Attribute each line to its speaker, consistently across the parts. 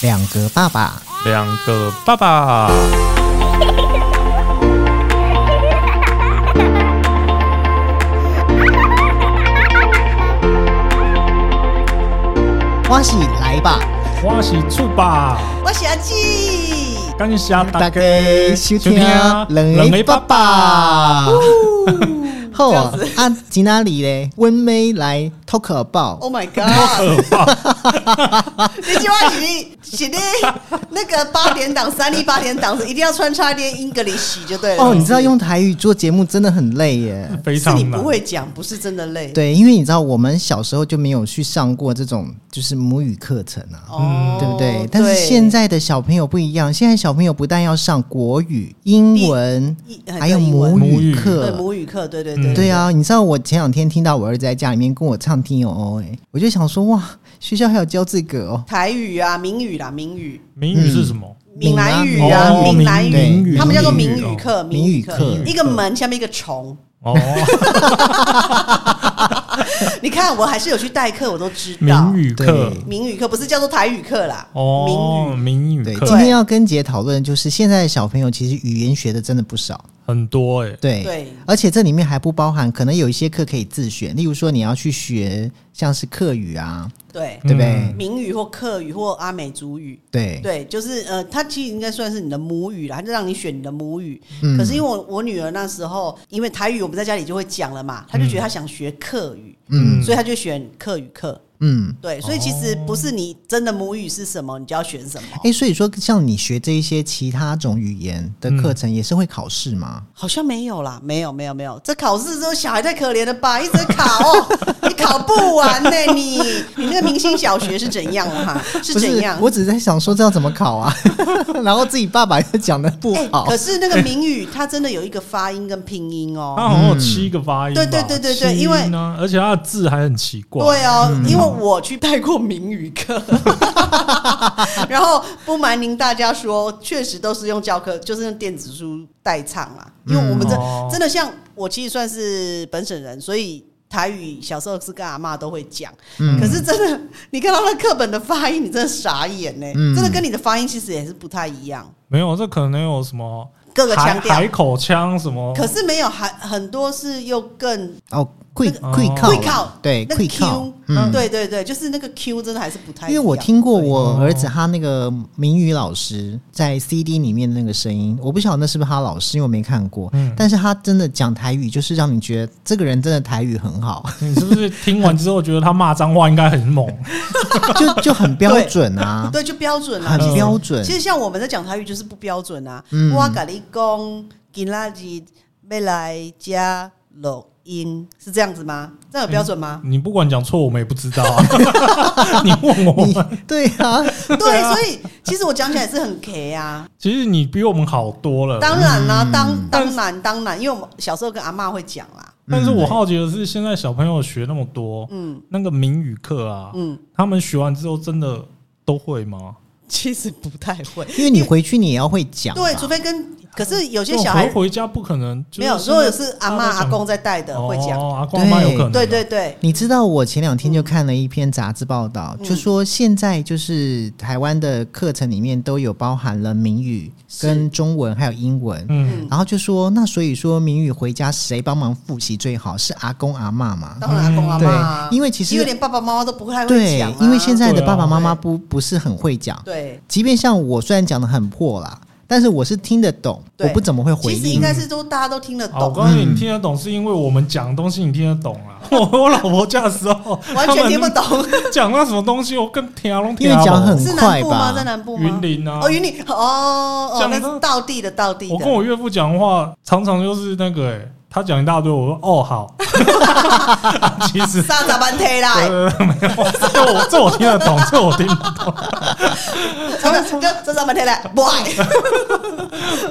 Speaker 1: 两个爸爸，
Speaker 2: 两个爸爸。
Speaker 1: 欢喜来吧，
Speaker 2: 欢喜出吧，
Speaker 3: 我是阿纪，
Speaker 2: 感谢大
Speaker 1: 大
Speaker 2: 家
Speaker 1: 家收听两
Speaker 2: 两
Speaker 1: 个
Speaker 2: 个
Speaker 1: 爸
Speaker 2: 爸
Speaker 1: 爸
Speaker 2: 爸。。
Speaker 1: 好啊
Speaker 3: 这样，
Speaker 1: 啊，今哪里嘞？温妹来 talk about，
Speaker 3: Oh my god！你今晚是你是你那个八点档、三立八点档是一定要穿插一点 English 就对了。
Speaker 1: 哦，你知道用台语做节目真的很累耶。
Speaker 2: 非
Speaker 3: 是
Speaker 2: 常
Speaker 3: 你
Speaker 2: 难
Speaker 3: 不，会讲，不是真的累。
Speaker 1: 对，因为你知道我们小时候就没有去上过这种就是母语课程啊，
Speaker 3: 哦，
Speaker 1: 对不对？但是现在的小朋友不一样，现在小朋友不但要上国语、英文，
Speaker 3: 一
Speaker 1: 还有
Speaker 3: 英文
Speaker 1: 母
Speaker 2: 母
Speaker 1: 语
Speaker 2: 语
Speaker 3: 对
Speaker 1: 课。
Speaker 3: 母语课，对对
Speaker 2: 嗯
Speaker 3: 对
Speaker 1: 对啊，你知道我前两天听到我儿子在家里面跟我唱《听友哦》哎，我就想说哇，学校还有教这个哦。
Speaker 3: 台语啊，闽语啦，闽语、
Speaker 2: 谜语是什么？
Speaker 3: 闽南语
Speaker 1: 闽南
Speaker 3: 啊，
Speaker 1: 哦
Speaker 3: 闽南
Speaker 1: 闽闽
Speaker 3: 语
Speaker 1: 语，哦
Speaker 3: 他们叫做
Speaker 2: 闽
Speaker 3: 闽
Speaker 2: 语
Speaker 3: 语课，
Speaker 1: 闽语
Speaker 3: 语
Speaker 1: 课
Speaker 3: 一个门下面一个 虫。
Speaker 2: 哦，
Speaker 3: 你看，我还是有去代课，我都知道
Speaker 2: 谜。语课
Speaker 1: 对
Speaker 3: 闽语课不是叫做台语课啦，
Speaker 2: 哦，
Speaker 3: 闽语
Speaker 2: 谜语
Speaker 1: 对，
Speaker 2: 课
Speaker 1: 今天要跟姐讨论，就是现在的小朋友其实语言学的真的不少，
Speaker 2: 很多哎，
Speaker 1: 对，
Speaker 3: 对
Speaker 1: 而且这里面还不包含，可能有一些课可以自选，例如说你要去学像是课语啊，
Speaker 3: 对，
Speaker 1: 对不对？
Speaker 2: 嗯
Speaker 3: 闽语或客语或阿美族语。
Speaker 1: 对，
Speaker 3: 对，就是呃，它其实应该算是你的母语啦，它就让你选你的母语。
Speaker 1: 嗯
Speaker 3: 可是因为我我女儿那时候，因为台语我们在家里就会讲了嘛，她就觉得她想学客语，
Speaker 1: 嗯
Speaker 3: 所以她就选客语课。
Speaker 1: 嗯，
Speaker 3: 对，所以其实不是你真的母语是什么，你就要选什么。
Speaker 1: 哎诶，所以说像你学这一些其他种语言的课程，也是会考试吗？
Speaker 3: 好像没有啦，没有没有没有，这考试之后小孩太可怜了 吧，一直考、哦，你考不完呢、你你那个明星小学是怎样了哈？是
Speaker 1: 不是
Speaker 3: 怎样？
Speaker 1: 我只是在想说这要怎么考啊， 然后自己爸爸又讲的不
Speaker 3: 哎
Speaker 1: 好，
Speaker 3: 可是那个明语它真的有一个发音跟拼音哦。
Speaker 2: 它好像有七个发音吧，
Speaker 3: 嗯对对对对对
Speaker 2: 七音啊
Speaker 3: 因
Speaker 2: 而且它的字还很奇怪，
Speaker 3: 对哦，因为我去带过明语课，然后不瞒您大家说，确实都是用教科，就是用电子书代唱啦。因为我们这、
Speaker 2: 哦
Speaker 3: 真的像我，其实算是本省人，所以。台语小时候是跟阿嬷都会讲，
Speaker 1: 嗯
Speaker 3: 可是真的，你看到那课本的发音，你真的傻眼呢、
Speaker 1: 嗯
Speaker 3: 真的跟你的发音其实也是不太一样，
Speaker 2: 没有，这可能有什么
Speaker 3: 各个
Speaker 2: 海
Speaker 3: 腔调
Speaker 2: 海。口腔什么，
Speaker 3: 可是没有，还很多是又更
Speaker 1: 哦，会
Speaker 2: 那个
Speaker 1: 会考
Speaker 3: 会考
Speaker 1: 啦，对，
Speaker 3: 那个
Speaker 1: 哎会考
Speaker 3: Q，，
Speaker 1: 嗯，
Speaker 3: 对对对，就是那个 Q 真的还是不太一
Speaker 1: 因
Speaker 3: 样。
Speaker 1: 为我听过
Speaker 3: 对
Speaker 1: 我儿子他那个明宇老师在 CD 里面的那个声音，我不晓得那是不是他老师，因为我没看过。
Speaker 2: 嗯
Speaker 1: 但是他真的讲台语，就是让你觉得这个人真的台语很好，
Speaker 2: 你是不是听完之后觉得他骂脏话应该很猛？
Speaker 1: 就就很标准啊，
Speaker 3: 对，就标准啊，
Speaker 1: 很
Speaker 3: 其实
Speaker 1: 标准
Speaker 3: 其。实像我们在讲台语就是不标准啊。
Speaker 1: 嗯
Speaker 3: 我跟你讲，今仔日要来家录音，是这样子吗？这样有标准吗？
Speaker 2: 你不管讲错，我们也不知道 啊。你问我
Speaker 1: 你
Speaker 2: 们，
Speaker 1: 对啊，
Speaker 2: 嗯
Speaker 3: 对，所以其实我讲起来是很 K 啊。
Speaker 2: 其实你比我们好多了。
Speaker 3: 当然啦、
Speaker 1: 嗯
Speaker 3: 当
Speaker 2: 但
Speaker 3: 当然当然，因为我们小时候跟阿嬷会讲啊啦。
Speaker 2: 但是我好奇的是，现在小朋友学那么多，
Speaker 3: 嗯
Speaker 2: 那个闽语课啊，
Speaker 3: 嗯，
Speaker 2: 他们学完之后真的都会吗？
Speaker 3: 其实不太会。
Speaker 1: 因为你回去你也要会讲啊吧，
Speaker 3: 对，除非跟
Speaker 2: 嗯
Speaker 3: 可是有
Speaker 2: 有
Speaker 3: 些小孩
Speaker 2: 回家不可能，就是
Speaker 3: 没有，如
Speaker 2: 现
Speaker 3: 果
Speaker 2: 在
Speaker 3: 有是阿嬷阿公在带的会讲。
Speaker 2: 哦，阿公阿妈有可能啊，
Speaker 3: 对对对，
Speaker 1: 你知道我前两天就看了一篇杂志报道，
Speaker 3: 嗯
Speaker 1: 就说现在就是台湾的课程里面都有包含了闽语、跟中文还有英文。
Speaker 2: 嗯，
Speaker 1: 然后就说，那所以说明宇回家谁帮忙复习最好？是阿公阿妈嘛？
Speaker 3: 当然阿公阿嬷啊
Speaker 1: 嗯对，因为其实
Speaker 3: 因为连爸爸妈妈都不太会
Speaker 1: 对
Speaker 3: 讲啊，
Speaker 1: 因为现在的
Speaker 2: 对啊
Speaker 1: 爸爸妈妈不不是很会讲，
Speaker 3: 对，
Speaker 1: 即便像我虽然讲的很破啦，但是我是听得懂，
Speaker 3: 对
Speaker 1: 我不怎么会回
Speaker 3: 其实
Speaker 1: 应
Speaker 3: 应。该是都大家都听得
Speaker 2: 啊我
Speaker 3: 懂，嗯
Speaker 2: 告诉你，你听得懂是因为我们讲的东西你听得懂啊。 我我老婆家的时候，
Speaker 3: 完全听不懂。
Speaker 2: 讲到什么东西，我更听拢
Speaker 1: 因
Speaker 2: 听
Speaker 1: 为
Speaker 2: 不懂
Speaker 1: 讲很
Speaker 3: 是
Speaker 1: 快
Speaker 3: 南部
Speaker 1: 吧
Speaker 3: 吗？在南部吗
Speaker 2: 云？林啊
Speaker 3: 哦，。云林哦哦，
Speaker 2: 讲
Speaker 3: 那
Speaker 2: 得
Speaker 3: 是道地的道地
Speaker 2: 我跟
Speaker 3: 的。
Speaker 2: 我岳父讲话，常常就是那个、欸，他讲一大堆，我说哦 好，其实
Speaker 3: 沙杂班推啦，
Speaker 2: 呃没有，这我这我听得懂，这我听得懂，
Speaker 3: 真的就沙杂班推 啦，不爱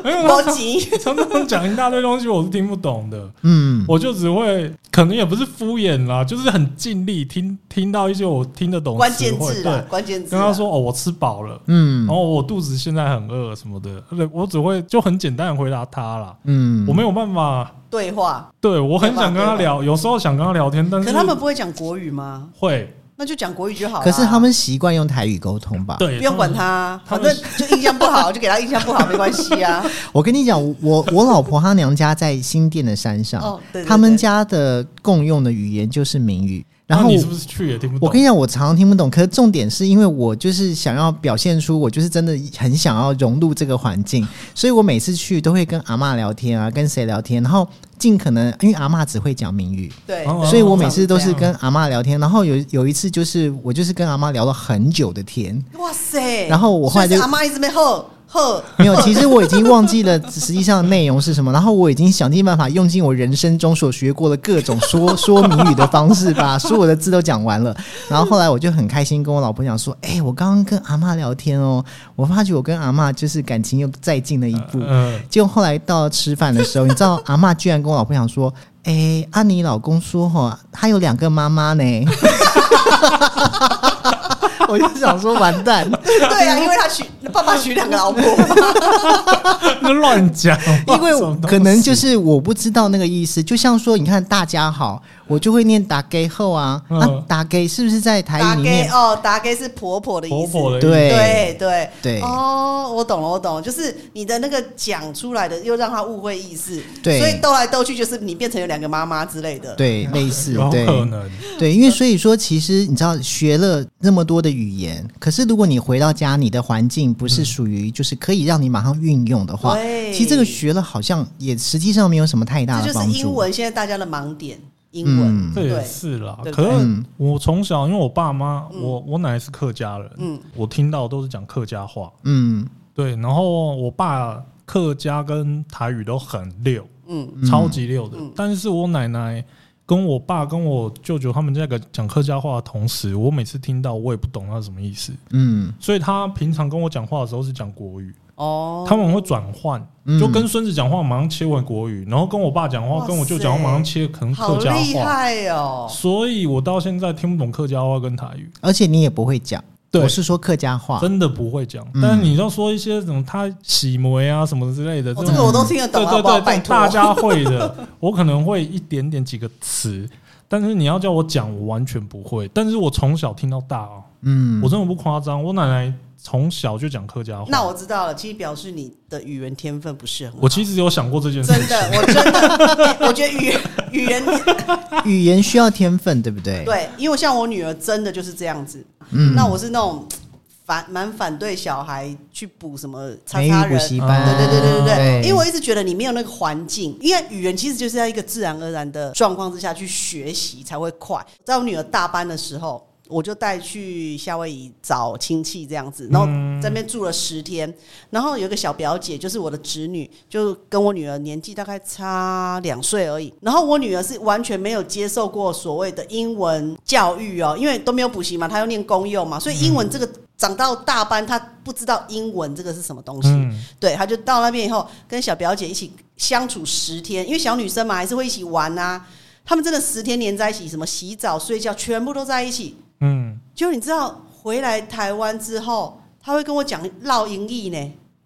Speaker 2: 没有
Speaker 3: 不
Speaker 2: 他
Speaker 3: 急。
Speaker 2: 常常讲一大堆东西，我是听不懂的，
Speaker 1: 嗯，
Speaker 2: 我就只会可能也不是敷衍啦，就是很尽力听听到一些我听得懂的
Speaker 3: 关键字
Speaker 2: 词汇
Speaker 3: 啦
Speaker 2: 对，，
Speaker 3: 关键字
Speaker 2: 跟
Speaker 3: 啦。
Speaker 2: 他说哦我吃饱了。
Speaker 1: 嗯
Speaker 2: 然
Speaker 3: 哦
Speaker 2: 后我肚子现在很饿什么的，对我只会就很简单的回答他啦，
Speaker 1: 嗯，
Speaker 2: 我没有办法，
Speaker 3: 对话，
Speaker 2: 对我很想跟他聊，有时候想跟他聊天，但
Speaker 3: 啊可
Speaker 2: 是
Speaker 3: 他们不会讲国语吗？
Speaker 2: 会，
Speaker 3: 那就讲国语就好啦。啊
Speaker 1: 可是他们习惯用台语沟通吧？
Speaker 2: 对，
Speaker 3: 不用管
Speaker 2: 他
Speaker 3: 他
Speaker 2: 们。
Speaker 3: 啊，
Speaker 2: 他
Speaker 3: 反
Speaker 2: 们
Speaker 3: 正就印象不好就给他印象不好，没关系啊。
Speaker 1: 我跟你讲，我我老婆她娘家在新店的山上，
Speaker 3: 哦，对对对
Speaker 1: 他们家的共用的语言就是闽语。然后我
Speaker 2: 那啊哦你是不是去也听不懂？
Speaker 1: 我跟你讲，我常常听不懂。可是重点是因为我就是想要表现出我就是真的很想要融入这个环境，所以我每次去都会跟阿嬷聊天啊，跟谁聊天，然后尽可能因为阿嬷只会讲闽语，
Speaker 3: 对
Speaker 2: 哦，
Speaker 1: 所以我每次都是
Speaker 3: 啊
Speaker 1: 跟阿嬷聊天。然后有有一次就是我就是跟阿嬷聊了很久的天，
Speaker 3: 哇塞！
Speaker 1: 然后我后来就
Speaker 3: 所以是阿妈一直没喝 喝，
Speaker 1: 没有，其实我已经忘记了实际上的内容是什么，然后我已经想尽办法用尽我人生中所学过的各种说说谜语的方式，把所有的字都讲完了。然后后来我就很开心跟我老婆讲说：“哎、我刚刚跟阿嬷聊天哦，我发觉我跟阿嬷就是感情又再近了一步。
Speaker 2: 嗯，
Speaker 1: 结果后来到了吃饭的时候，你知道阿嬷居然跟我老婆讲说：“哎、阿、妮老公说哈，他有两个妈妈呢。” 我就想说完蛋，
Speaker 3: 对啊，因为他娶爸爸娶两个老婆，
Speaker 2: 那乱讲，
Speaker 1: 因为
Speaker 2: 什么东
Speaker 1: 可能
Speaker 2: 西
Speaker 1: 就是我不知道那个意思，就像说，你看大家好，我就会念打给后啊，
Speaker 2: 嗯
Speaker 1: 啊打给是不是在 台
Speaker 3: 达
Speaker 1: 语里
Speaker 3: 给
Speaker 1: 面？
Speaker 3: 哦，达给是婆婆的意
Speaker 2: 婆
Speaker 3: 思。
Speaker 2: 婆的意思
Speaker 1: 对
Speaker 3: 对对
Speaker 1: 对
Speaker 3: 哦，我懂了，我懂了，就是你的那个讲出来的，又让他误会意思，
Speaker 1: 对
Speaker 3: 所以斗来斗去，就是你变成有两个妈妈之类的，，
Speaker 1: 对，类似
Speaker 2: 有
Speaker 1: 对
Speaker 2: 可能
Speaker 1: 对，因为所以说，其实你知道学了那么多的语言，可是如果你回到家，你的环境不是属于就是可以让你马上运用的话，
Speaker 3: 对
Speaker 1: 其实这个学了好像也实际上没有什么太大
Speaker 3: 这
Speaker 1: 的
Speaker 3: 就
Speaker 1: 帮
Speaker 3: 是
Speaker 1: 助。
Speaker 3: 英文现在大家的盲点，英文，
Speaker 1: 嗯
Speaker 2: 这也
Speaker 3: 对，
Speaker 2: 是啦
Speaker 3: 对。不
Speaker 2: 可
Speaker 3: 对
Speaker 2: 是
Speaker 1: 嗯
Speaker 2: 我从小，因为我爸妈，
Speaker 3: 嗯
Speaker 2: 我我奶奶是客家人，
Speaker 3: 嗯
Speaker 2: 我听到都是讲客家话。
Speaker 1: 嗯，
Speaker 2: 对，然后我爸客家跟台语都很溜，
Speaker 3: 嗯，
Speaker 2: 超级溜的
Speaker 3: 嗯。
Speaker 2: 但是我奶奶跟我爸跟我舅舅他们在个讲客家话的同时，我每次听到我也不懂他什么意思，
Speaker 1: 嗯
Speaker 2: 所以他平常跟我讲话的时候是讲国语，
Speaker 3: 哦，
Speaker 2: 他们会转换，
Speaker 1: 嗯
Speaker 2: 就跟孙子讲话马上切回国语，然后跟我爸讲
Speaker 3: 哇
Speaker 2: 话
Speaker 3: 塞
Speaker 2: 跟我舅讲话马上切可能
Speaker 3: 好
Speaker 2: 客家
Speaker 3: 厉
Speaker 2: 嗯话，
Speaker 3: 害哦，
Speaker 2: 所以我到现在听不懂客家话跟台语。
Speaker 1: 而且你也不会讲，
Speaker 2: 对
Speaker 1: 我是说客家话，
Speaker 2: 真的不会讲，
Speaker 1: 嗯
Speaker 2: 但你要说一些什么他洗梅啊什么之类的，
Speaker 3: 我
Speaker 2: 这
Speaker 3: 哦这
Speaker 1: 嗯
Speaker 2: 种
Speaker 3: 个我都听得
Speaker 2: 对
Speaker 3: 懂，好
Speaker 2: 对
Speaker 3: 不好？
Speaker 2: 对，
Speaker 3: 拜
Speaker 2: 对
Speaker 3: 托，
Speaker 2: 大家会的， 我可能会一点点几个词，但是你要叫我讲，我完全不会。但是我从小听到大哦，
Speaker 1: 嗯
Speaker 2: 我真的不夸张，我奶奶从小就讲客家话。
Speaker 3: 那我知道了，其实表示你的语言天分不是很好。
Speaker 2: 我其实有想过这件事
Speaker 3: 真
Speaker 2: 情，
Speaker 3: 的，我真的，我觉得语言语言
Speaker 1: 语言需要天分，对不对？
Speaker 3: 对，因为像我女儿真的就是这样子。
Speaker 1: 嗯
Speaker 3: 那我是那种反蛮反对小孩去补什么叉
Speaker 1: 美
Speaker 3: 叉
Speaker 1: 语补
Speaker 3: 人。
Speaker 1: 习
Speaker 2: 嗯
Speaker 1: 班，
Speaker 3: 对对对对对
Speaker 1: 对
Speaker 3: 对，因为我一直觉得你没有那个环境，因为语言其实就是在一个自然而然的状况之下去学习才会快。在我女儿大班的时候，我就带去夏威夷找亲戚这样子，然后在那边住了十天。然后有一个小表姐，就是我的侄女，就跟我女儿年纪大概差两岁而已。然后我女儿是完全没有接受过所谓的英文教育哦，因为都没有补习嘛，她又念公幼嘛，所以英文这个长到大班，她不知道英文这个是什么东西。
Speaker 2: 嗯，
Speaker 3: 对，他就到那边以后，跟小表姐一起相处十天，因为小女生嘛，还是会一起玩啊。他们真的十天连在一起，什么洗澡、睡觉，全部都在一起。
Speaker 2: 嗯，
Speaker 3: 结果你知道，回来台湾之后，他会跟我讲绕音译呢，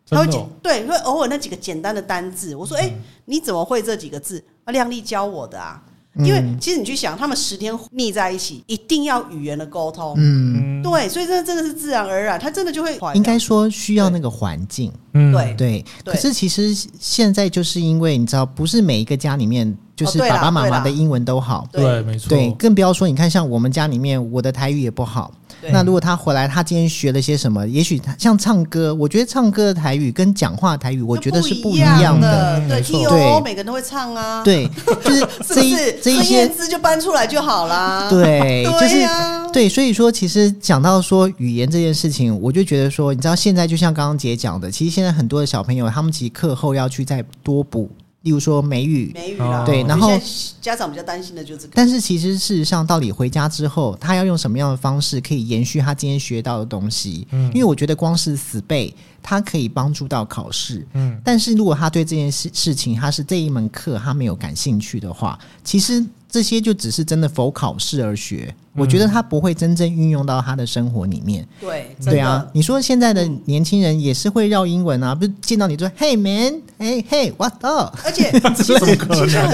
Speaker 3: 他会
Speaker 2: 真的
Speaker 3: 简
Speaker 2: 哦，嗯
Speaker 3: 对，会偶尔那几个简单的单字。我说，哎、你怎么会这几个字？啊，亮丽教我的啊。因为
Speaker 1: 嗯
Speaker 3: 其实你去想，他们十天腻在一起，一定要语言的沟通。
Speaker 1: 嗯，
Speaker 2: 嗯，
Speaker 3: 对，所以这真的是自然而然，他真的就会
Speaker 1: 应该说需要那个环境，
Speaker 2: 嗯
Speaker 3: 对
Speaker 1: 对。
Speaker 3: 对
Speaker 1: 可是其实现在就是因为你知道，不是每一个家里面就是
Speaker 3: 哦对啦
Speaker 1: 爸爸妈
Speaker 3: 对
Speaker 1: 妈
Speaker 3: 啦
Speaker 1: 的英文都好，
Speaker 2: 对，没错，
Speaker 1: 对，更不要说你看像我们家里面，我的台语也不好。
Speaker 3: 对
Speaker 1: 那如果他回来，他今天学了些什么？也许他像唱歌，我觉得唱歌的台语跟讲话的台语，我觉得是不
Speaker 3: 一
Speaker 1: 一样
Speaker 3: 样
Speaker 1: 的。
Speaker 2: 嗯
Speaker 3: 对
Speaker 2: 没错
Speaker 3: ，T O
Speaker 1: 对
Speaker 3: O 每个人都会唱啊，，
Speaker 1: 对，就是
Speaker 3: 是不
Speaker 1: 这一
Speaker 3: 是？
Speaker 1: 这一
Speaker 3: 孙
Speaker 1: 些
Speaker 3: 燕姿就搬出来就好啦。
Speaker 1: 对，就是
Speaker 3: 对呀
Speaker 1: 对，所以说其实讲到说语言这件事情，我就觉得说，你知道现在就像刚刚姐讲的，其实现在很多的小朋友他们其实课后要去再多补，例如说美语。
Speaker 3: 美语啦，
Speaker 2: 对
Speaker 3: 我觉得
Speaker 1: 然后
Speaker 3: 现在家长比较担心的就是这个，
Speaker 1: 但是其实事实上，到底回家之后，他要用什么样的方式可以延续他今天学到的东西？
Speaker 2: 嗯
Speaker 1: 因为我觉得光是死背，它可以帮助到考试。
Speaker 2: 嗯，
Speaker 1: 但是如果他对这件事事情，他是这一门课他没有感兴趣的话，其实这些就只是真的否考试而学。我
Speaker 2: 嗯
Speaker 1: 觉得他不会真正运用到他的生活里面。
Speaker 3: 对，真
Speaker 1: 对
Speaker 3: 的嗯
Speaker 1: 啊啊，，你说现在的年轻人也是会绕英文啊，不是见到你就说 “Hey man”，嘿嘿，what up？
Speaker 3: 而 且其实其实很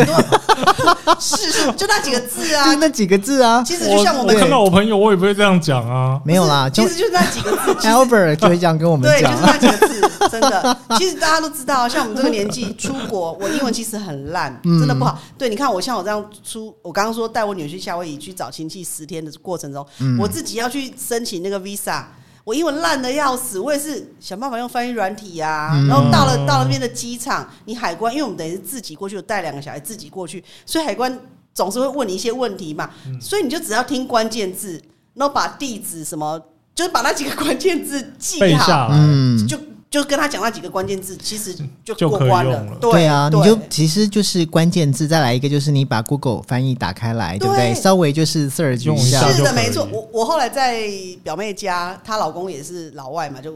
Speaker 3: 多 是是就那几个字啊
Speaker 1: 就，那几个字啊，
Speaker 3: 其实
Speaker 2: 我
Speaker 3: 就像我
Speaker 2: 我
Speaker 3: 们
Speaker 2: 看到我朋友，我也不会这样讲啊。
Speaker 1: 没有啦，就
Speaker 3: 其实就是那几个字，其实
Speaker 1: Albert 就会这样跟我们
Speaker 3: 对，就
Speaker 1: 讲
Speaker 3: 是。那几个字，真的。其实大家都 知道，啊像我们这个年纪出国，我英文其实很烂，
Speaker 1: 嗯
Speaker 3: 真的不好。对，你看我像我这样出，我刚刚说带我女婿夏威夷去找亲戚十天的过程中，
Speaker 1: 嗯
Speaker 3: 我自己要去申请那个 visa。我英文烂的要死，我也是想办法用翻译软体啊。
Speaker 1: 嗯
Speaker 3: 然后到了到了那边的机场，你海关，因为我们等于是自己过去，我带两个小孩自己过去，所以海关总是会问你一些问题嘛，
Speaker 1: 嗯
Speaker 3: 所以你就只要听关键字，然后把地址什么，就是把那几个关键字记
Speaker 2: 背
Speaker 3: 好，
Speaker 2: 下来，
Speaker 1: 嗯，
Speaker 3: 就就跟他讲那几个关键字，其实就
Speaker 2: 就
Speaker 3: 过
Speaker 2: 可以
Speaker 3: 关
Speaker 2: 用了
Speaker 3: 对
Speaker 1: 对啊，你
Speaker 3: 对
Speaker 1: 就其实就是关键字，再来一个就是你把 Google 翻译打开来，对不对？
Speaker 3: 对
Speaker 1: 稍微就是 search
Speaker 2: 用一
Speaker 1: 一
Speaker 2: 下
Speaker 1: 下，
Speaker 3: 是
Speaker 2: 就可
Speaker 3: 的，
Speaker 2: 以
Speaker 3: 没错。我我后来在表妹家，她老公也是老外嘛，就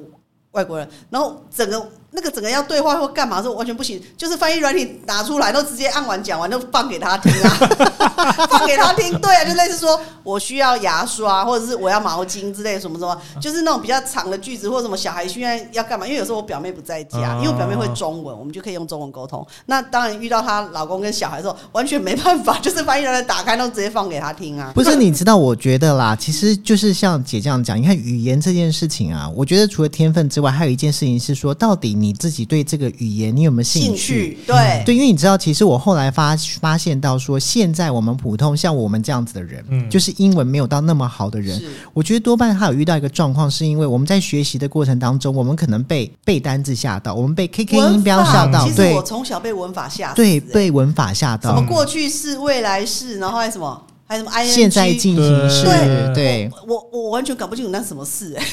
Speaker 3: 外国人，然后整个那个整个要对话或干嘛的时候完全不行，就是翻译软体拿出来，都直接按完讲完，就放给 他听啊，放给他听。对啊，就类似说我需要牙刷，或者是我要毛巾之类的什么什么，就是那种比较长的句子，或者什么小孩现在要干嘛？因为有时候我表妹不在家，
Speaker 2: 啊
Speaker 3: 因为我表妹会中文，我们就可以用中文沟通。那当然遇到她老公跟小孩的时候，完全没办法，就是翻译软体打开，都直接放给他听啊。
Speaker 1: 不是，你知道，我觉得啦，其实就是像姐这样讲，你看语言这件事情啊，我觉得除了天分之外，还有一件事情是说，到底你自己对这个语言你有没有兴趣？
Speaker 3: 兴
Speaker 1: 嗯
Speaker 3: 趣，对，
Speaker 1: 对，因为你知道，其实我后来发发现到说，现在我们普通像我们这样子的人，
Speaker 2: 嗯
Speaker 1: 就是英文没有到那么好的人，
Speaker 3: 是
Speaker 1: 我觉得多半他有遇到一个状况，是因为我们在学习的过程当中，我们可能被背单字吓到，我们被 KK 音标吓到
Speaker 3: 其，实
Speaker 1: 对
Speaker 3: 我从小被文法吓死，
Speaker 1: 对，
Speaker 3: 欸
Speaker 1: 被文法吓
Speaker 3: 什
Speaker 1: 到
Speaker 3: 么，过去式、未来式，然后还有什么，还有什么 ing，
Speaker 1: 现在进行式，
Speaker 2: 对
Speaker 1: 对。
Speaker 3: 我我完全搞不清楚那是什么事，欸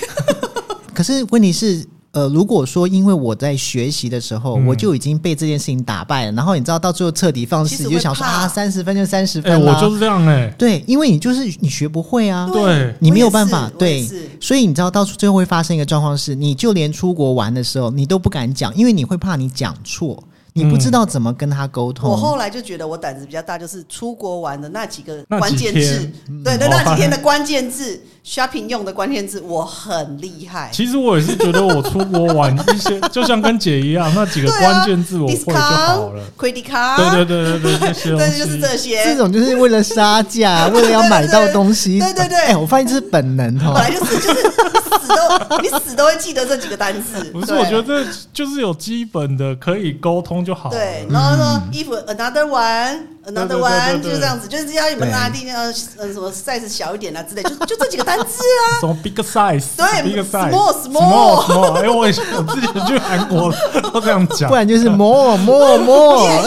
Speaker 1: 可是问题是，呃，如果说因为我在学习的时候，
Speaker 2: 嗯
Speaker 1: 我就已经被这件事情打败了，然后你知道到最后彻底放
Speaker 3: 其
Speaker 1: 肆，
Speaker 3: 实
Speaker 1: 你就
Speaker 3: 会
Speaker 1: 想说
Speaker 3: 怕
Speaker 1: 啊，三十分就三十
Speaker 2: 哎，
Speaker 1: 分啦、啊
Speaker 2: 我就是这样哎，
Speaker 1: 对，因为你就是你学不会啊，
Speaker 2: 对
Speaker 1: 你没有
Speaker 3: 我也是
Speaker 1: 办法
Speaker 3: 我也
Speaker 1: 对
Speaker 3: 是
Speaker 1: 所以你知道到最后会发生一个状况是，你就连出国玩的时候，你都不敢讲，因为你会怕你讲错，你不知道怎么跟他沟通。
Speaker 3: 我后来就觉得我胆子比较大，就是出国玩的那几个
Speaker 2: 那
Speaker 3: 关
Speaker 2: 几
Speaker 3: 键字
Speaker 2: 天，
Speaker 3: 对对，
Speaker 2: 嗯
Speaker 3: 那
Speaker 2: 好吧
Speaker 3: 几天的关键字，shopping 用的关键字，我很厉害。
Speaker 2: 其实我也是觉得我出国玩一些， 就像跟姐一样，那几个
Speaker 3: 对啊
Speaker 2: 关键字我会就好了
Speaker 3: 啊 discount、。credit card，
Speaker 2: 对对对对对，这 些东
Speaker 3: 对，就是
Speaker 2: 西。
Speaker 3: 这些，
Speaker 1: 这种就是为了杀价， 为了要买到东西。
Speaker 3: 对对对对
Speaker 1: 哎、我发现这是本能
Speaker 3: 本
Speaker 1: 哦。
Speaker 3: 来就是就是你死都你死都会记得这几个单词。
Speaker 2: 不是，
Speaker 3: 对
Speaker 2: 我觉得这就是有基本的可以沟通就好了。嗯
Speaker 3: 对，然后说衣服 another
Speaker 2: 对
Speaker 3: one，another
Speaker 2: 对
Speaker 3: one
Speaker 2: 对对
Speaker 3: 就是这样子，就是要你们
Speaker 1: 对
Speaker 3: 拉丁呃呃什么 size 小一点啊之类，就就这几个单字啊。
Speaker 2: 什么 big size，
Speaker 3: 对
Speaker 2: big size，
Speaker 3: small，
Speaker 2: small small，哎，我也是我之前去韩国都这样讲
Speaker 1: 不，然就是 more more more，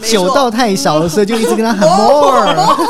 Speaker 3: 没
Speaker 1: 酒
Speaker 3: 错
Speaker 1: 倒太少的时候就一直跟他 喊 more，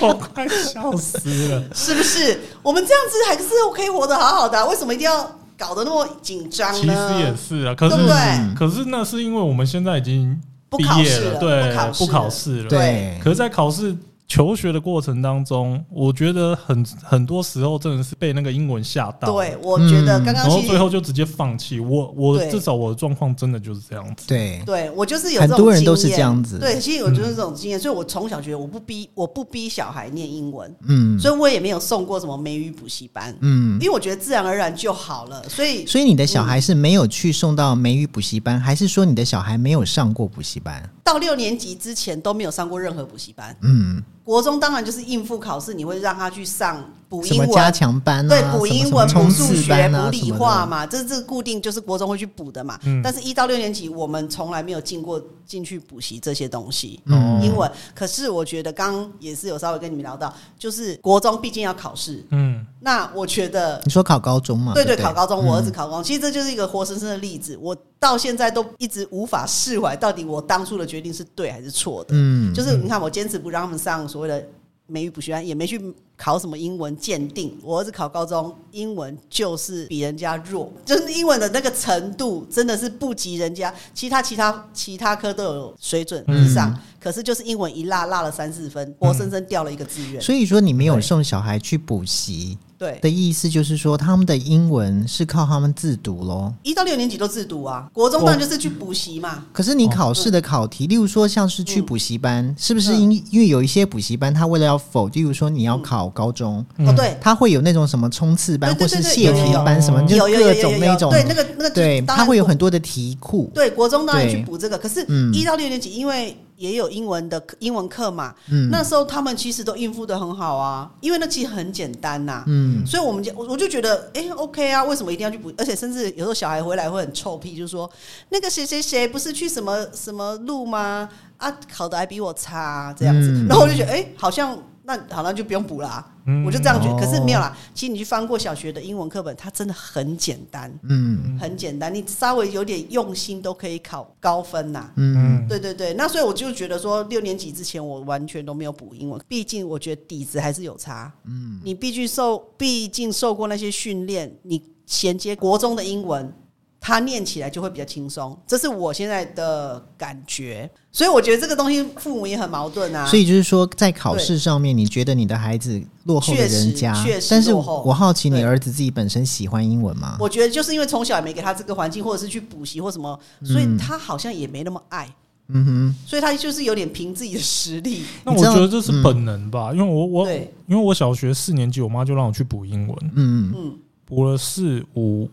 Speaker 2: 我快笑死了。
Speaker 3: 是不是？我们这样子还是可以活得好好的啊、为什么一定要搞得那么紧张
Speaker 2: 其
Speaker 3: 呢？
Speaker 2: 实也是啊，可是
Speaker 3: 对不
Speaker 1: 嗯
Speaker 3: 对
Speaker 2: 可是那是因为我们现在已经毕
Speaker 3: 不考
Speaker 2: 业
Speaker 3: 试了不考
Speaker 2: 对，
Speaker 3: 试
Speaker 2: 不考试了。
Speaker 1: 对
Speaker 2: 可是，在考试求学的过程当中，我觉得很很多时候真的是被那个英文吓到，，
Speaker 3: 对，我觉得
Speaker 1: 嗯
Speaker 3: 刚
Speaker 2: 然
Speaker 3: 刚
Speaker 2: 后
Speaker 3: 其实
Speaker 2: 最后就直接放弃。我我
Speaker 3: 对
Speaker 2: 至少我的状况真的就是嗯这样子。
Speaker 1: 对，
Speaker 3: 对我就是有
Speaker 1: 很
Speaker 3: 这种
Speaker 1: 多人都
Speaker 3: 经
Speaker 1: 是
Speaker 3: 验
Speaker 1: 这样子
Speaker 3: 对，其实我就是这种经验，所以我从小觉得我不逼我不逼小孩念英文，
Speaker 1: 嗯
Speaker 3: 所以我也没有送过什么美语补习班，
Speaker 1: 嗯
Speaker 3: 因。为我觉得自然而然就好了。所以
Speaker 1: 所以你的小孩是没有去送到美语补习班，还是说你的小孩没有上过补习班？
Speaker 3: 到六年级之前都没有上过任何补习班。
Speaker 1: 嗯，
Speaker 3: 国中当然就是应付考试，你会让他去上补
Speaker 1: 什
Speaker 3: 英
Speaker 1: 么
Speaker 3: 文、
Speaker 1: 加强班啊，
Speaker 3: 对，补英文、
Speaker 1: 什么冲
Speaker 3: 补数
Speaker 1: 刺
Speaker 3: 学、
Speaker 1: 班啊，
Speaker 3: 补
Speaker 1: 什
Speaker 3: 理
Speaker 1: 么
Speaker 3: 化
Speaker 1: 的。
Speaker 3: 嘛，这是这个固定就是国中会去补的嘛。
Speaker 2: 嗯
Speaker 3: 但是，一到六年级，我们从来没有进过进去补习这些东西。
Speaker 1: 嗯
Speaker 3: 英文，可是我觉得刚刚也是有稍微跟你们聊到，就是国中毕竟要考试，
Speaker 2: 嗯，
Speaker 3: 那我觉得
Speaker 1: 你说考高中嘛？
Speaker 3: 对
Speaker 1: 嗯对
Speaker 3: 对，
Speaker 1: 不
Speaker 3: 考高中，我儿子考高中，其实这就是一个活生生的例子。我到现在都一直无法释怀，到底我当初的决定是对还是错的。
Speaker 1: 嗯，
Speaker 3: 就是你看，我坚持不让他们上所谓的美语补习班，也没去考什么英文鉴定。我儿子考高中，英文就是比人家弱，就是英文的那个程度真的是不及人家。其他其他其他科都有水准之
Speaker 1: 嗯
Speaker 3: 上，可是就是英文一落落了三四分，活生生掉了一个志愿。
Speaker 1: 所以说你没有送小孩去补习，
Speaker 3: 嗯对，
Speaker 1: 的意思就是说，他们的英文是靠他们自读喽。
Speaker 3: 一到六年级都自读啊，国中当然就是去补习嘛。
Speaker 1: 可是你考试的考
Speaker 3: 哦
Speaker 1: 题，例如说像是去补习
Speaker 3: 嗯
Speaker 1: 班，是不是因因为有一些补习班，他为了要否，例如说你要考高中，
Speaker 3: 哦，对，
Speaker 1: 他会有那种什么冲刺班
Speaker 3: 对
Speaker 1: 或
Speaker 3: 对
Speaker 1: 是
Speaker 3: 对
Speaker 1: 泄
Speaker 2: 有
Speaker 1: 题
Speaker 2: 有有
Speaker 1: 班什么，就
Speaker 3: 有有有
Speaker 1: 各
Speaker 3: 有
Speaker 1: 种
Speaker 3: 有
Speaker 1: 那
Speaker 3: 有
Speaker 1: 种，
Speaker 3: 对那个那个
Speaker 1: 对，
Speaker 3: 当
Speaker 1: 他
Speaker 3: 然
Speaker 1: 会有
Speaker 3: 国
Speaker 1: 很多的题库。
Speaker 3: 对国中当然去
Speaker 1: 对
Speaker 3: 补这个，可是
Speaker 1: 嗯，
Speaker 3: 一到六年级因为也有英文的课英文课嘛，
Speaker 1: 嗯
Speaker 3: 那时候他们其实都应付的很好啊，因为那其实很简单呐、
Speaker 1: 嗯，
Speaker 3: 所以我们就我我就觉得，哎、o k 啊，为什么一定要去补？而且甚至有时候小孩回来会很臭屁，就是说那个谁谁谁不是去什么什么路吗？啊，考的还比我差、这样子。
Speaker 1: 嗯
Speaker 3: 然后我就觉得，哎、好像那好像就不用补啦、
Speaker 2: 嗯
Speaker 3: 我就这样觉得。
Speaker 1: 哦
Speaker 3: 可是没有啦，其实你去翻过小学的英文课本，它真的很简单，
Speaker 1: 嗯
Speaker 3: 很简单，你稍微有点用心都可以考高分呐、
Speaker 1: 嗯
Speaker 2: 嗯，
Speaker 3: 对对对，那所以我就觉得说，六年级之前我完全都没有补英文，毕竟我觉得底子还是有差。嗯，你必须受，毕竟受过那些训练，你衔接国中的英文，它念起来就会比较轻松，这是我现在的感觉。所以我觉得这个东西父母也很矛盾啊。
Speaker 1: 所以就是说，在考试上面，你觉得你的孩子落后了人家
Speaker 3: 确实确，实
Speaker 1: 但是
Speaker 3: 落后
Speaker 1: 我好奇你
Speaker 3: 对
Speaker 1: 儿子自己本身喜欢英文吗？
Speaker 2: 啊
Speaker 3: 我觉得就是因为从小也没给他这个环境，或者是去补习或什么，
Speaker 2: 嗯
Speaker 3: 所以他好像也没那么爱，
Speaker 1: 嗯哼，
Speaker 3: 所以他就是有点凭自己的实力。
Speaker 2: 那
Speaker 1: 你嗯
Speaker 2: 我
Speaker 1: 知道
Speaker 2: 觉得这是本能吧，因为我我
Speaker 3: 对
Speaker 2: 因为我小学四年级，我妈就让我去补英文，
Speaker 1: 嗯
Speaker 3: 嗯
Speaker 2: 补了四五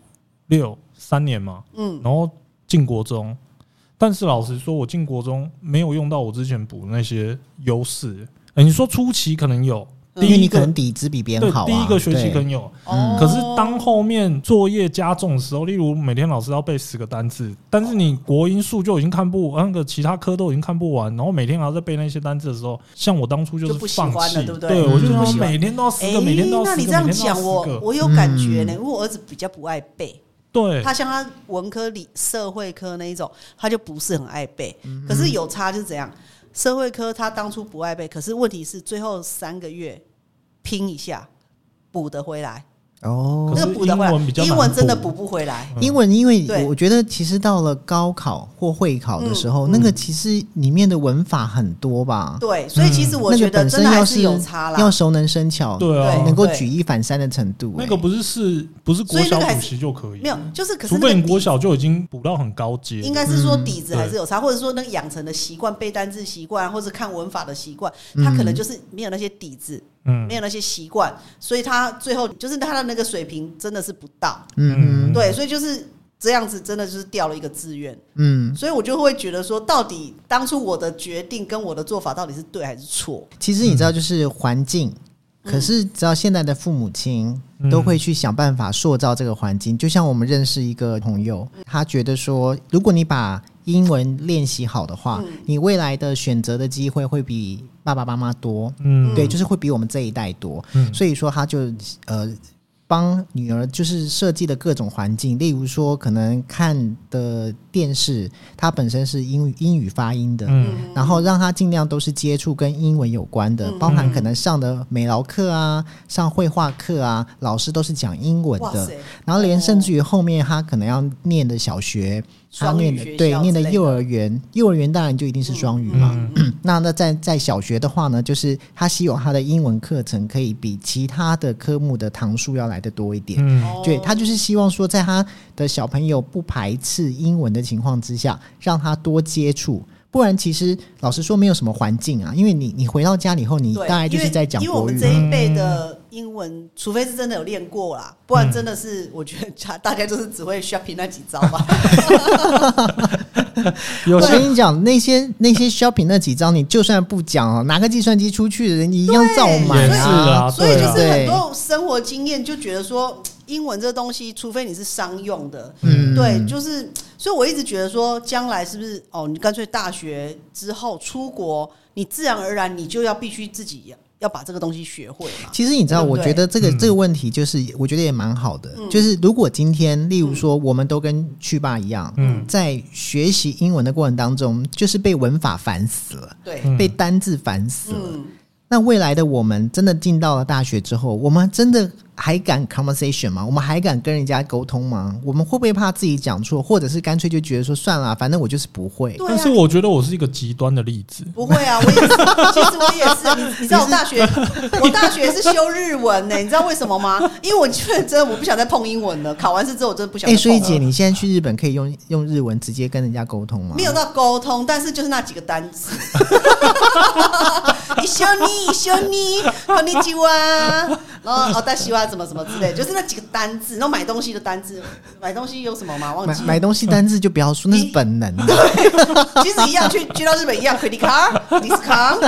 Speaker 2: 六三年嘛，
Speaker 3: 嗯，
Speaker 2: 然后进国中。但是老实说，我进国中没有用到我之前补那些优势、欸你说初期可能有，
Speaker 3: 嗯
Speaker 2: 第
Speaker 1: 因为
Speaker 2: 一
Speaker 1: 你可
Speaker 2: 个、
Speaker 1: 能底子比别人
Speaker 2: 对
Speaker 1: 好啊，
Speaker 2: 第一个学期
Speaker 1: 对
Speaker 2: 可能有，
Speaker 3: 哦
Speaker 2: 嗯可是当后面作业加重的时候，例如每天老师要背十个单字，但是你国英数就已经看不那个其他科都已经看不完，然后每天还要再背那些单字的时候，像我当初就
Speaker 3: 就不
Speaker 2: 是
Speaker 3: 喜
Speaker 2: 放
Speaker 3: 欢了
Speaker 2: 弃，
Speaker 3: 对不对
Speaker 2: 对？我就
Speaker 1: 嗯
Speaker 2: 想
Speaker 1: 不
Speaker 2: 要
Speaker 1: 喜
Speaker 3: 欢
Speaker 2: 每天都要十
Speaker 3: 哎，
Speaker 2: 个，每天都要
Speaker 3: 那
Speaker 2: 十
Speaker 3: 你
Speaker 2: 个，
Speaker 3: 这样
Speaker 2: 每天
Speaker 3: 讲
Speaker 2: 都要
Speaker 3: 我
Speaker 2: 十，个，嗯
Speaker 3: 我有感觉呢，因为我儿子比较不爱背，
Speaker 2: 对，
Speaker 3: 他像他文科、理社会科那一种，他就不是很爱背。
Speaker 2: 嗯
Speaker 3: 可是有差就是怎样，社会科他当初不爱背，可是问题是最后三个月拼一下补得回来，
Speaker 1: 哦
Speaker 2: 可是
Speaker 3: 那个补得回来
Speaker 2: 英文比，较难
Speaker 3: 英文真的补
Speaker 2: 补
Speaker 3: 不回来。
Speaker 2: 嗯
Speaker 1: 英文，因为
Speaker 3: 对
Speaker 1: 我觉得其实到了高考或会考的时候，
Speaker 2: 嗯
Speaker 1: 那个其实里面的文法很多吧，
Speaker 3: 对，所以其
Speaker 2: 嗯
Speaker 3: 实我
Speaker 1: 那
Speaker 3: 觉
Speaker 1: 个
Speaker 3: 得
Speaker 1: 本
Speaker 3: 真
Speaker 1: 身
Speaker 3: 的还
Speaker 1: 要
Speaker 3: 是有差
Speaker 1: 要
Speaker 3: 啦。
Speaker 1: 熟能生巧，
Speaker 2: 对啊，
Speaker 1: 能够
Speaker 3: 对
Speaker 1: 举一反三的程度、
Speaker 2: 那
Speaker 1: 哎
Speaker 2: 个不是是不是国
Speaker 3: 所以那
Speaker 2: 小
Speaker 3: 个还
Speaker 2: 补
Speaker 3: 是
Speaker 2: 习就可以
Speaker 3: 没，有，就是可是
Speaker 2: 除
Speaker 3: 那个
Speaker 2: 非你
Speaker 3: 底
Speaker 2: 国小就已经补到很高阶，
Speaker 3: 应该是说底子
Speaker 2: 嗯
Speaker 3: 还是有差，或者说那个养成的习惯、背单字习惯，或者看文法的习惯，
Speaker 1: 嗯
Speaker 3: 他可能就是没有那些底子，
Speaker 2: 嗯
Speaker 3: 没有那些习惯，所以他最后就是他的那个水平真的是不到，
Speaker 1: 嗯嗯
Speaker 3: 对，所以就是这样子，真的就是掉了一个志愿，
Speaker 1: 嗯，
Speaker 3: 所以我就会觉得说，到底当初我的决定跟我的做法到底是对还是错？
Speaker 1: 其实你
Speaker 2: 嗯
Speaker 1: 知道，就是环境。可是，只要现在的父母亲
Speaker 2: 嗯
Speaker 1: 都会去想办法塑造这个环境。就像我们认识一个朋友，
Speaker 2: 嗯
Speaker 1: 他觉得说，如果你把英文练习好的话，
Speaker 2: 嗯
Speaker 1: 你未来的选择的机会会比爸爸妈妈多。
Speaker 2: 嗯
Speaker 1: 对，就是会比我们这一代多，
Speaker 2: 嗯
Speaker 1: 所以说他就呃帮女儿就是设计的各种环境，例如说可能看的电视，它本身是英语英语发音的。
Speaker 2: 嗯
Speaker 1: 然后让他尽量都是接触跟英文有关
Speaker 3: 嗯
Speaker 1: 的，包含可能上的美劳课啊、上绘画课啊，老师都是讲英文
Speaker 3: 哇
Speaker 1: 的。
Speaker 3: 塞，
Speaker 1: 然后连甚至于后面他可能要念的小学，他
Speaker 3: 双
Speaker 1: 念
Speaker 3: 语
Speaker 1: 的
Speaker 3: 学
Speaker 1: 对
Speaker 3: 校
Speaker 1: 念
Speaker 3: 之
Speaker 1: 的
Speaker 3: 类
Speaker 1: 幼儿园，幼儿园当然就一定是双语
Speaker 2: 嗯
Speaker 3: 嗯
Speaker 1: 嘛。那那在在小学的话呢，就是他希望他的英文课程可以比其他的科目的堂数要来的多一点。
Speaker 2: 嗯
Speaker 3: 哦
Speaker 1: 对他就是希望说，在他的小朋友不排斥英文的情况之下，让他多接触。不然，其实老实说，没有什么环境啊，因为你你回到家里后，你
Speaker 3: 对
Speaker 1: 大概就是在讲
Speaker 3: 因为因为我
Speaker 1: 国语啊嗯
Speaker 3: 们这。一辈的英文，除非是真的有练过啦，不
Speaker 1: 嗯
Speaker 3: 然真的是我觉得 大大家就是只会 shopping 那几招吧。
Speaker 2: 有
Speaker 1: 我
Speaker 3: 啊
Speaker 2: 些
Speaker 1: 跟你讲，那些那些 shopping 那几张，你就算不讲哦，拿个计算机出去，人一样照买
Speaker 2: 也是
Speaker 1: 啊。
Speaker 2: 啊，
Speaker 3: 所以
Speaker 2: 对
Speaker 3: 就
Speaker 2: 啊
Speaker 3: 是很
Speaker 1: 对
Speaker 3: 多生活经验就觉得说，英文这东西，除非你是商用的，
Speaker 1: 嗯
Speaker 3: 对，就是，所以我一直觉得说，将来是不是哦，你干脆大学之后出国，你自然而然你就要必须自己要把这个东西学会嘛。
Speaker 1: 其实你知道，
Speaker 3: 对不嗯
Speaker 1: 我
Speaker 3: 对
Speaker 1: 觉得这个
Speaker 2: 嗯
Speaker 1: 这个问题就是，我觉得也蛮好的。就是如果今天，例
Speaker 3: 嗯
Speaker 1: 如说，我们都跟去爸一样，
Speaker 2: 嗯
Speaker 1: 在学习英文的过程当中，就是被文法烦死了，
Speaker 3: 对，
Speaker 2: 嗯
Speaker 1: 被单字烦死了。
Speaker 3: 嗯，
Speaker 1: 那未来的我们真的进到了大学之后，我们真的还敢 conversation 吗？我们还敢跟人家沟通吗？我们会不会怕自己讲错，或者是干脆就觉得说算了，啊反正我就是不会？
Speaker 3: 对
Speaker 2: 但
Speaker 3: 啊
Speaker 2: 是，我觉得我是一个极端的例 子。
Speaker 3: 不会啊，我也是，其实我也是。你你知道我 大学，我大学是修日文呢、你知道为什么吗？因为我觉得真的我不想再碰英文了。考完试之后，我真的不想
Speaker 1: 哎、
Speaker 3: 再碰
Speaker 1: 所
Speaker 3: 了。
Speaker 1: 以姐，你现在去日本可以用用日文直接跟人家沟通吗？
Speaker 3: 没有到沟通，但是就是那几个单 词。一休你，一休你，こんにちは，然后哦，大西哇，怎么怎么之类，就是那几个单字。然后买东西的单字，买东西有什么吗？忘
Speaker 1: 买
Speaker 3: 记了。
Speaker 1: 买东西单字就不要说，那是本能啊的。
Speaker 3: 其实一样， 去去到日本一样，credit card、discount，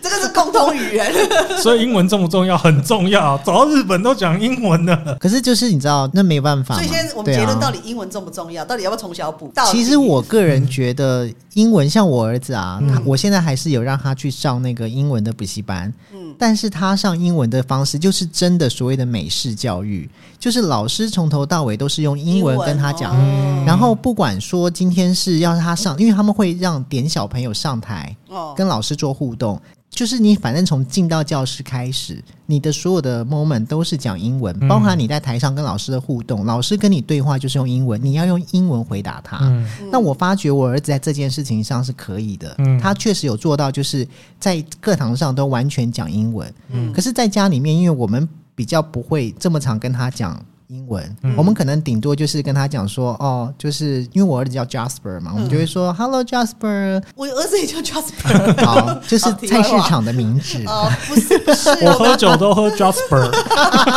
Speaker 3: 这个是共同语言。
Speaker 2: 所以英文重不重要？很重要。走到日本都讲英文的，
Speaker 1: 可是就是你知道，那没有办法嘛。
Speaker 3: 所以现在我们
Speaker 1: 对
Speaker 3: 结论
Speaker 1: 啊
Speaker 3: 到底英文重不重要？到底要不要从小补？到底
Speaker 1: 其实我个人觉得，英文像我儿子啊，他我现在还是有让他去上那个英文的补习班，
Speaker 3: 嗯
Speaker 1: 但是他上英文的方式就是真的所谓的美式教育，就是老师从头到尾都是用英文跟他讲，
Speaker 3: 哦
Speaker 1: 然后不管说今天是要他上，因为他们会让点小朋友上台
Speaker 3: 哦，
Speaker 1: 跟老师做互动。就是你，反正从进到教室开始，你的所有的 moment 都是讲英文，
Speaker 2: 嗯
Speaker 1: 包含你在台上跟老师的互动，老师跟你对话就是用英文，你要用英文回答他。
Speaker 2: 嗯，
Speaker 1: 那我发觉我儿子在这件事情上是可以的，
Speaker 2: 嗯
Speaker 1: 他确实有做到，就是在课堂上都完全讲英文。
Speaker 3: 嗯
Speaker 1: 可是，在家里面，因为我们比较不会这么常跟他讲。英文，
Speaker 2: 嗯
Speaker 1: 我们可能顶多就是跟他讲说，哦，就是因为我儿子叫 Jasper
Speaker 3: 嗯
Speaker 1: 嘛，我们就会说 Hello Jasper，
Speaker 3: 我儿子也叫 Jasper
Speaker 1: 好，就是
Speaker 3: 题
Speaker 1: 菜
Speaker 3: 外话
Speaker 1: 市场的名字。
Speaker 3: 哦，不是不是，
Speaker 2: 我喝酒都喝 Jasper，
Speaker 3: 哦，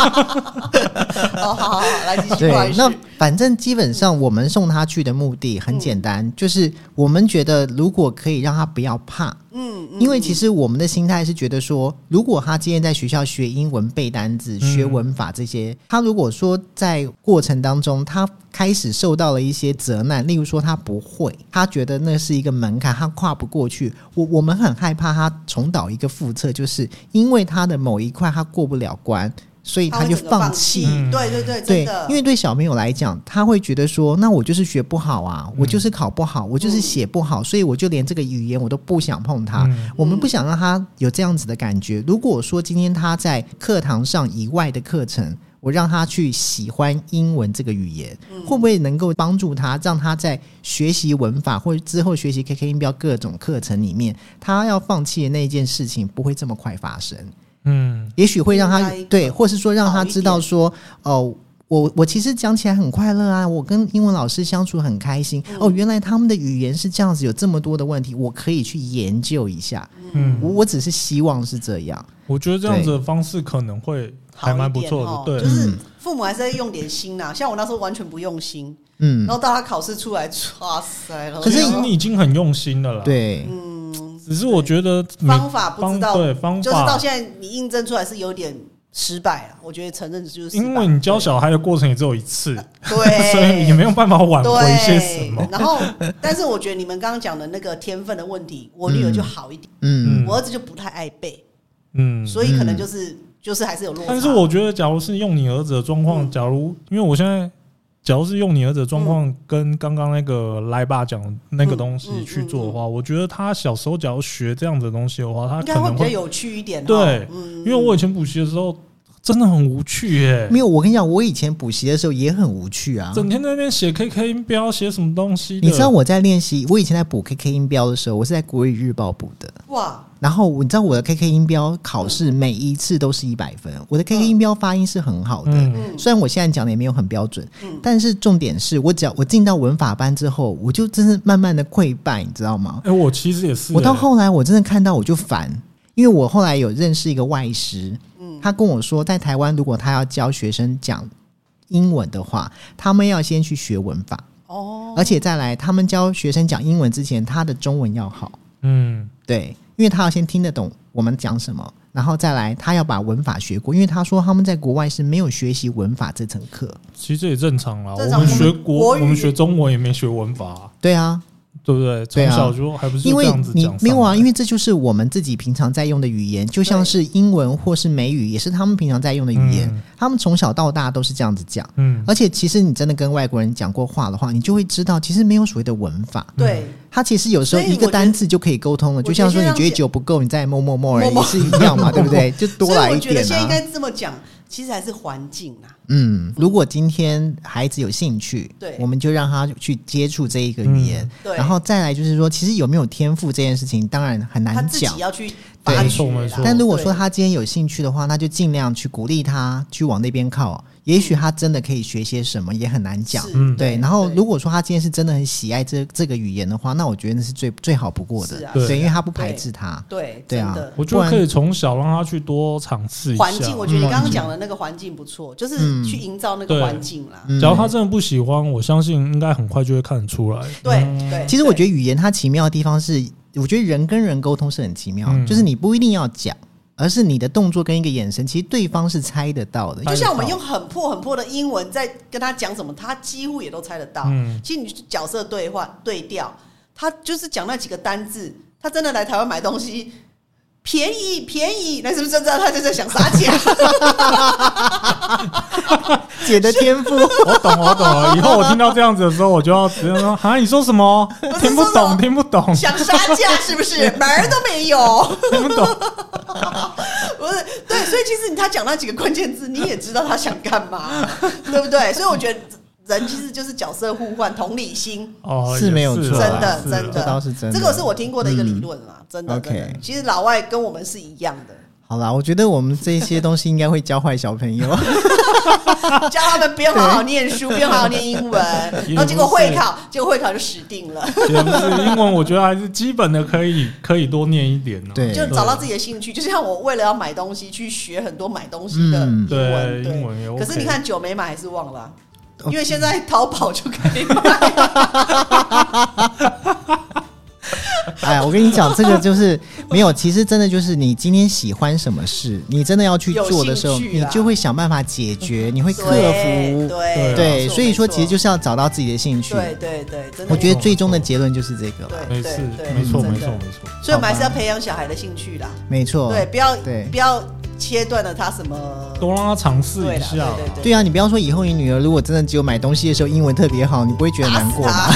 Speaker 3: 好好好，来继续。不好
Speaker 1: 对
Speaker 3: 意，思
Speaker 1: 那反正基本上我们送他去的目的很简单，就是我们觉得如果可以让他不要怕，
Speaker 3: 嗯嗯
Speaker 1: 因为其实我们的心态是觉得说，如果他今天在学校学英文、背单字、
Speaker 2: 嗯
Speaker 1: 学文法这些，他如果说在过程当中他开始受到了一些责难，例如说他不会，他觉得那是一个门槛，他跨不过去。我我们很害怕他重蹈一个覆辙，就是因为他的某一块他过不了关，所以
Speaker 3: 他
Speaker 1: 他
Speaker 3: 会
Speaker 1: 就
Speaker 3: 整个放
Speaker 1: 放弃。
Speaker 2: 嗯
Speaker 3: 对对对，真
Speaker 1: 对
Speaker 3: 的，，
Speaker 1: 因为对小朋友来讲，他会觉得说，那我就是学不好啊，我就是考不好，我就是写不好，所以我就连这个语言我都不想碰它。
Speaker 2: 嗯
Speaker 1: 我们不想让他有这样子的感觉。如果说今天他在课堂上以外的课程，我让他去喜欢英文这个语言，
Speaker 3: 嗯
Speaker 1: 会不会能够帮助他，让他在学习文法或者之后学习 KK 音标各种课程里面，他要放弃的那一件事情不会这么快发生？
Speaker 2: 嗯，
Speaker 1: 也许会让他
Speaker 3: 另外一个
Speaker 1: 对，或是说让
Speaker 3: 好
Speaker 1: 他
Speaker 3: 一
Speaker 1: 知道
Speaker 3: 点
Speaker 1: 说，哦，我我其实讲起来很快乐啊，我跟英文老师相处很开心。
Speaker 3: 嗯
Speaker 1: 哦，原来他们的语言是这样子，有这么多的问题，我可以去研究一下。
Speaker 2: 嗯
Speaker 1: 我我只是希望是这样。
Speaker 2: 我觉得这样子的方式可能会
Speaker 3: 好一
Speaker 2: 还蛮不
Speaker 3: 点哦
Speaker 2: 错的，
Speaker 3: 就
Speaker 1: 嗯
Speaker 2: 对。
Speaker 3: 是父母还是要用点心呐、像我那时候完全不用心，
Speaker 1: 嗯
Speaker 3: 然，后到他考试出来，哇塞！
Speaker 1: 可是
Speaker 2: 其实你已经很用心了啦，。
Speaker 1: 对，
Speaker 2: 只是我觉得你
Speaker 3: 嗯方法不知
Speaker 2: 嗯
Speaker 3: 道
Speaker 2: 方对方法，
Speaker 3: 就是到现在你印证出来是有点失败啊了，我觉得承认就是失败
Speaker 2: 因为你教小孩的过程也只有一次，
Speaker 3: 对，
Speaker 2: 所以也没有办法挽回
Speaker 3: 对
Speaker 2: 些什么。
Speaker 3: 然后，但是我觉得你们刚刚讲的那个天分的问题，我女儿就好一点，
Speaker 1: 嗯，
Speaker 2: 嗯
Speaker 3: 我儿子就不太爱背，
Speaker 2: 嗯，
Speaker 3: 所以可能就是、就是还是有落差。
Speaker 2: 但是我觉得，假如是用你儿子的状况，
Speaker 3: 嗯
Speaker 2: 假如因为我现在，假如是用你儿子的状况跟刚刚那个来爸讲的那个东
Speaker 3: 嗯嗯
Speaker 2: 西
Speaker 3: 嗯
Speaker 2: 去做的话，我觉得他小时候假如学这样子的东西的话，他
Speaker 3: 应该
Speaker 2: 啊可
Speaker 3: 会
Speaker 2: 能
Speaker 3: 比较
Speaker 2: 会，
Speaker 3: 有趣一点哦。
Speaker 2: 对
Speaker 3: 嗯
Speaker 2: 因为我以前补习的时候真的很无趣耶、
Speaker 1: 没有。我跟你讲，我以前补习的时候也很无趣
Speaker 3: 嗯
Speaker 1: 啊。
Speaker 2: 整天在那边写 K K 音标，写什么东西的？
Speaker 1: 你知道我在练习，我以前在补 KK 音标的时候，我是在国语日报补的。
Speaker 3: 哇，
Speaker 1: 然后你知道我的 KK 音标考试每一次都是一百分，我的 KK 音标发音是很好的，
Speaker 2: 嗯
Speaker 3: 嗯
Speaker 1: 虽然我现在讲的也没有很标准，
Speaker 3: 嗯
Speaker 1: 但是重点是我只要我进到文法班之后，我就真是慢慢的溃败，你知道吗？
Speaker 2: 哎、我其实也是、
Speaker 1: 我到后来我真的看到我就烦，因为我后来有认识一个外师，他跟我说，在台湾如果他要教学生讲英文的话，他们要先去学文法，
Speaker 3: 哦，
Speaker 1: 而且再来他们教学生讲英文之前，他的中文要好。
Speaker 2: 嗯，
Speaker 1: 对，因为他要先听得懂我们讲什么，然后再来他要把文法学过，因为他说他们在国外是没有学习文法这堂课。
Speaker 2: 其实这也正常啦。
Speaker 3: 正
Speaker 2: 我
Speaker 3: 常
Speaker 2: 们学
Speaker 3: 我们
Speaker 2: 国，
Speaker 3: 国语
Speaker 2: 我们学中文也没学文法啊、
Speaker 1: 对啊，
Speaker 2: 对不对？
Speaker 1: 对
Speaker 2: 从
Speaker 1: 啊
Speaker 2: 小就还不是就
Speaker 1: 因
Speaker 2: 这
Speaker 1: 为
Speaker 2: 样子
Speaker 1: 你
Speaker 2: 讲上来，
Speaker 1: 没有啊，因为这就是我们自己平常在用的语言，就像是英文或是美语，也是他们平常在用的语言。
Speaker 2: 嗯
Speaker 1: 他们从小到大都是这样子讲，
Speaker 2: 嗯
Speaker 1: 而且其实你真的跟外国人讲过话的话，你就会知道，其实没有所谓的文法。
Speaker 3: 对，
Speaker 1: 它其实有时候
Speaker 3: 所以
Speaker 1: 一
Speaker 3: 我觉
Speaker 1: 个
Speaker 3: 得
Speaker 1: 单字就可以沟通了，
Speaker 3: 觉
Speaker 1: 就
Speaker 3: 得
Speaker 1: 像说你
Speaker 3: 这样
Speaker 1: 觉得
Speaker 3: 子
Speaker 1: 酒不够，你再摸摸摸而已
Speaker 3: 摸摸
Speaker 1: 是一样 嘛，对不对？就多来一
Speaker 3: 所以我觉得
Speaker 1: 点
Speaker 3: 现在应
Speaker 1: 啊。
Speaker 3: 该这么讲，其实还是环境啊。
Speaker 1: 嗯，如果今天孩子有兴趣，
Speaker 3: 对嗯
Speaker 1: 我们就让他去接触这一个语言，
Speaker 3: 对
Speaker 1: 然后再来就是说，其实有没有天赋这件事情，当然很
Speaker 3: 他
Speaker 1: 难
Speaker 3: 自
Speaker 1: 讲
Speaker 3: 己。要去发
Speaker 2: 没
Speaker 3: 掘
Speaker 2: 错
Speaker 3: 啦
Speaker 2: 没错
Speaker 1: 但如果说
Speaker 3: 对
Speaker 1: 他今天有兴趣的话，那就尽量去鼓励他去往那边靠，也许他真的可以学些什么，也很难讲。
Speaker 3: 是
Speaker 2: 嗯
Speaker 1: 对，然后
Speaker 3: 对
Speaker 1: 如果说他今天是真的很喜爱这这个语言的话，那我觉得那是最最好不过的
Speaker 3: 是，啊
Speaker 2: 对
Speaker 1: 对，因为他不排斥它。
Speaker 3: 对
Speaker 1: 对啊
Speaker 3: 真的
Speaker 2: 我
Speaker 1: 不
Speaker 2: 觉得
Speaker 1: 然
Speaker 2: 可以从小让他去多尝试一下。
Speaker 3: 呃环境，我觉得你刚刚讲的那个环境不错，就是去营造那
Speaker 2: 嗯
Speaker 3: 个
Speaker 2: 对
Speaker 3: 环境啦。
Speaker 1: 嗯
Speaker 2: 假如他真的不喜欢，我相信应该很快就会看得出来。嗯
Speaker 3: 对对，
Speaker 1: 其实我觉
Speaker 3: 得
Speaker 1: 得语言它奇妙的地方是，我觉得人跟人沟通是很奇妙，
Speaker 2: 嗯
Speaker 1: 就是你不一定要讲，而是你的动作跟一个眼神，其实对方是猜得到的。
Speaker 3: 就像我们用很破很破的英文在跟他讲什么，他几乎也都猜得到。
Speaker 2: 嗯
Speaker 3: 其实你角色对换对调，他就是讲那几个单字，他真的来台湾买东西。便宜便宜，那是不是真的？他就在想杀价？
Speaker 1: 姐的天赋，
Speaker 2: 我懂，我懂了。以后我听到这样子的时候，我就要直接说：“啊，你说什么？听不懂，听不懂，
Speaker 3: 想杀价是不是？门儿都没有。
Speaker 2: 听不懂。
Speaker 3: 不是对，所以其实他讲那几个关键字，你也知道他想干嘛，对不对？所以我觉得人其实就是角色互换，同理心，”
Speaker 2: 哦，
Speaker 1: 是没有
Speaker 2: 也
Speaker 1: 错
Speaker 2: 啦
Speaker 1: 啊
Speaker 3: 真的
Speaker 2: 是
Speaker 3: 真
Speaker 1: 这
Speaker 3: 的
Speaker 1: 倒是真的。嗯
Speaker 3: 这个是我听过的一个理论啦，真的。
Speaker 1: OK
Speaker 3: 真的其实老外跟我们是一样的，
Speaker 1: 好啦，我觉得我们这些东西应该会教坏小朋友。
Speaker 3: 教他们不用好好念书，不用好好念英 文，然后结果会考，结果会考就死定了，
Speaker 2: 也不是英文，我觉得还是基本的，可以可以多念一点啊呢。
Speaker 1: 对
Speaker 3: 就找到自己的兴趣。就像我为了要买东西，去学很多买东西的
Speaker 1: 嗯
Speaker 3: 英
Speaker 2: 对
Speaker 3: 文，
Speaker 2: 英文也 OK。
Speaker 3: 可是你看久没买还是忘了啊、
Speaker 1: 哦
Speaker 3: 因为现在淘宝就可以买。
Speaker 1: 哎呀，我跟你讲，这个就是没有，其实真的就是你今天喜欢什么事，你真的要去做的时候，
Speaker 3: 有兴趣
Speaker 1: 你
Speaker 3: 啦
Speaker 1: 就会想办法解决， 你会克
Speaker 3: 对
Speaker 1: 服。
Speaker 3: 对
Speaker 1: 对，所以说其实就是是要找到自己的兴趣。
Speaker 3: 对对对，真的，
Speaker 1: 我觉得最终的结论就是这个了。
Speaker 3: 对
Speaker 2: 没事
Speaker 3: 对，对
Speaker 2: 没错，
Speaker 3: 真的
Speaker 2: 没错，没错。
Speaker 3: 所以我们还是要培养小孩的兴趣啦，
Speaker 1: 啊没错。
Speaker 3: 对，不要
Speaker 1: 对
Speaker 3: 不要切断了他什么，
Speaker 2: 多让他尝试
Speaker 3: 对
Speaker 2: 一
Speaker 3: 啦，
Speaker 2: 下啦。
Speaker 3: 对对
Speaker 1: 对啊，你不要说以后你女儿如果真的只有买东西的时候英文特别好，你不会觉得
Speaker 3: 打
Speaker 1: 难
Speaker 3: 死
Speaker 1: 过吗？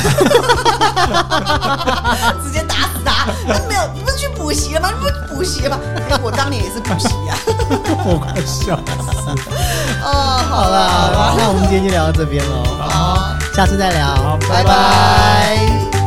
Speaker 3: 他，直接打死他！ 那没有，你不是去补习了吗？你不是去补习了吗？哎，我当年也是补习啊呀。
Speaker 2: 我快笑死。
Speaker 3: 哦， 好
Speaker 1: 好
Speaker 3: 了
Speaker 1: 啦，
Speaker 3: 好
Speaker 1: 那
Speaker 3: 了，
Speaker 1: 我们今天就聊到这边喽，
Speaker 3: 好，
Speaker 1: 下次再聊，
Speaker 2: 好
Speaker 3: 拜
Speaker 1: 拜拜
Speaker 3: 拜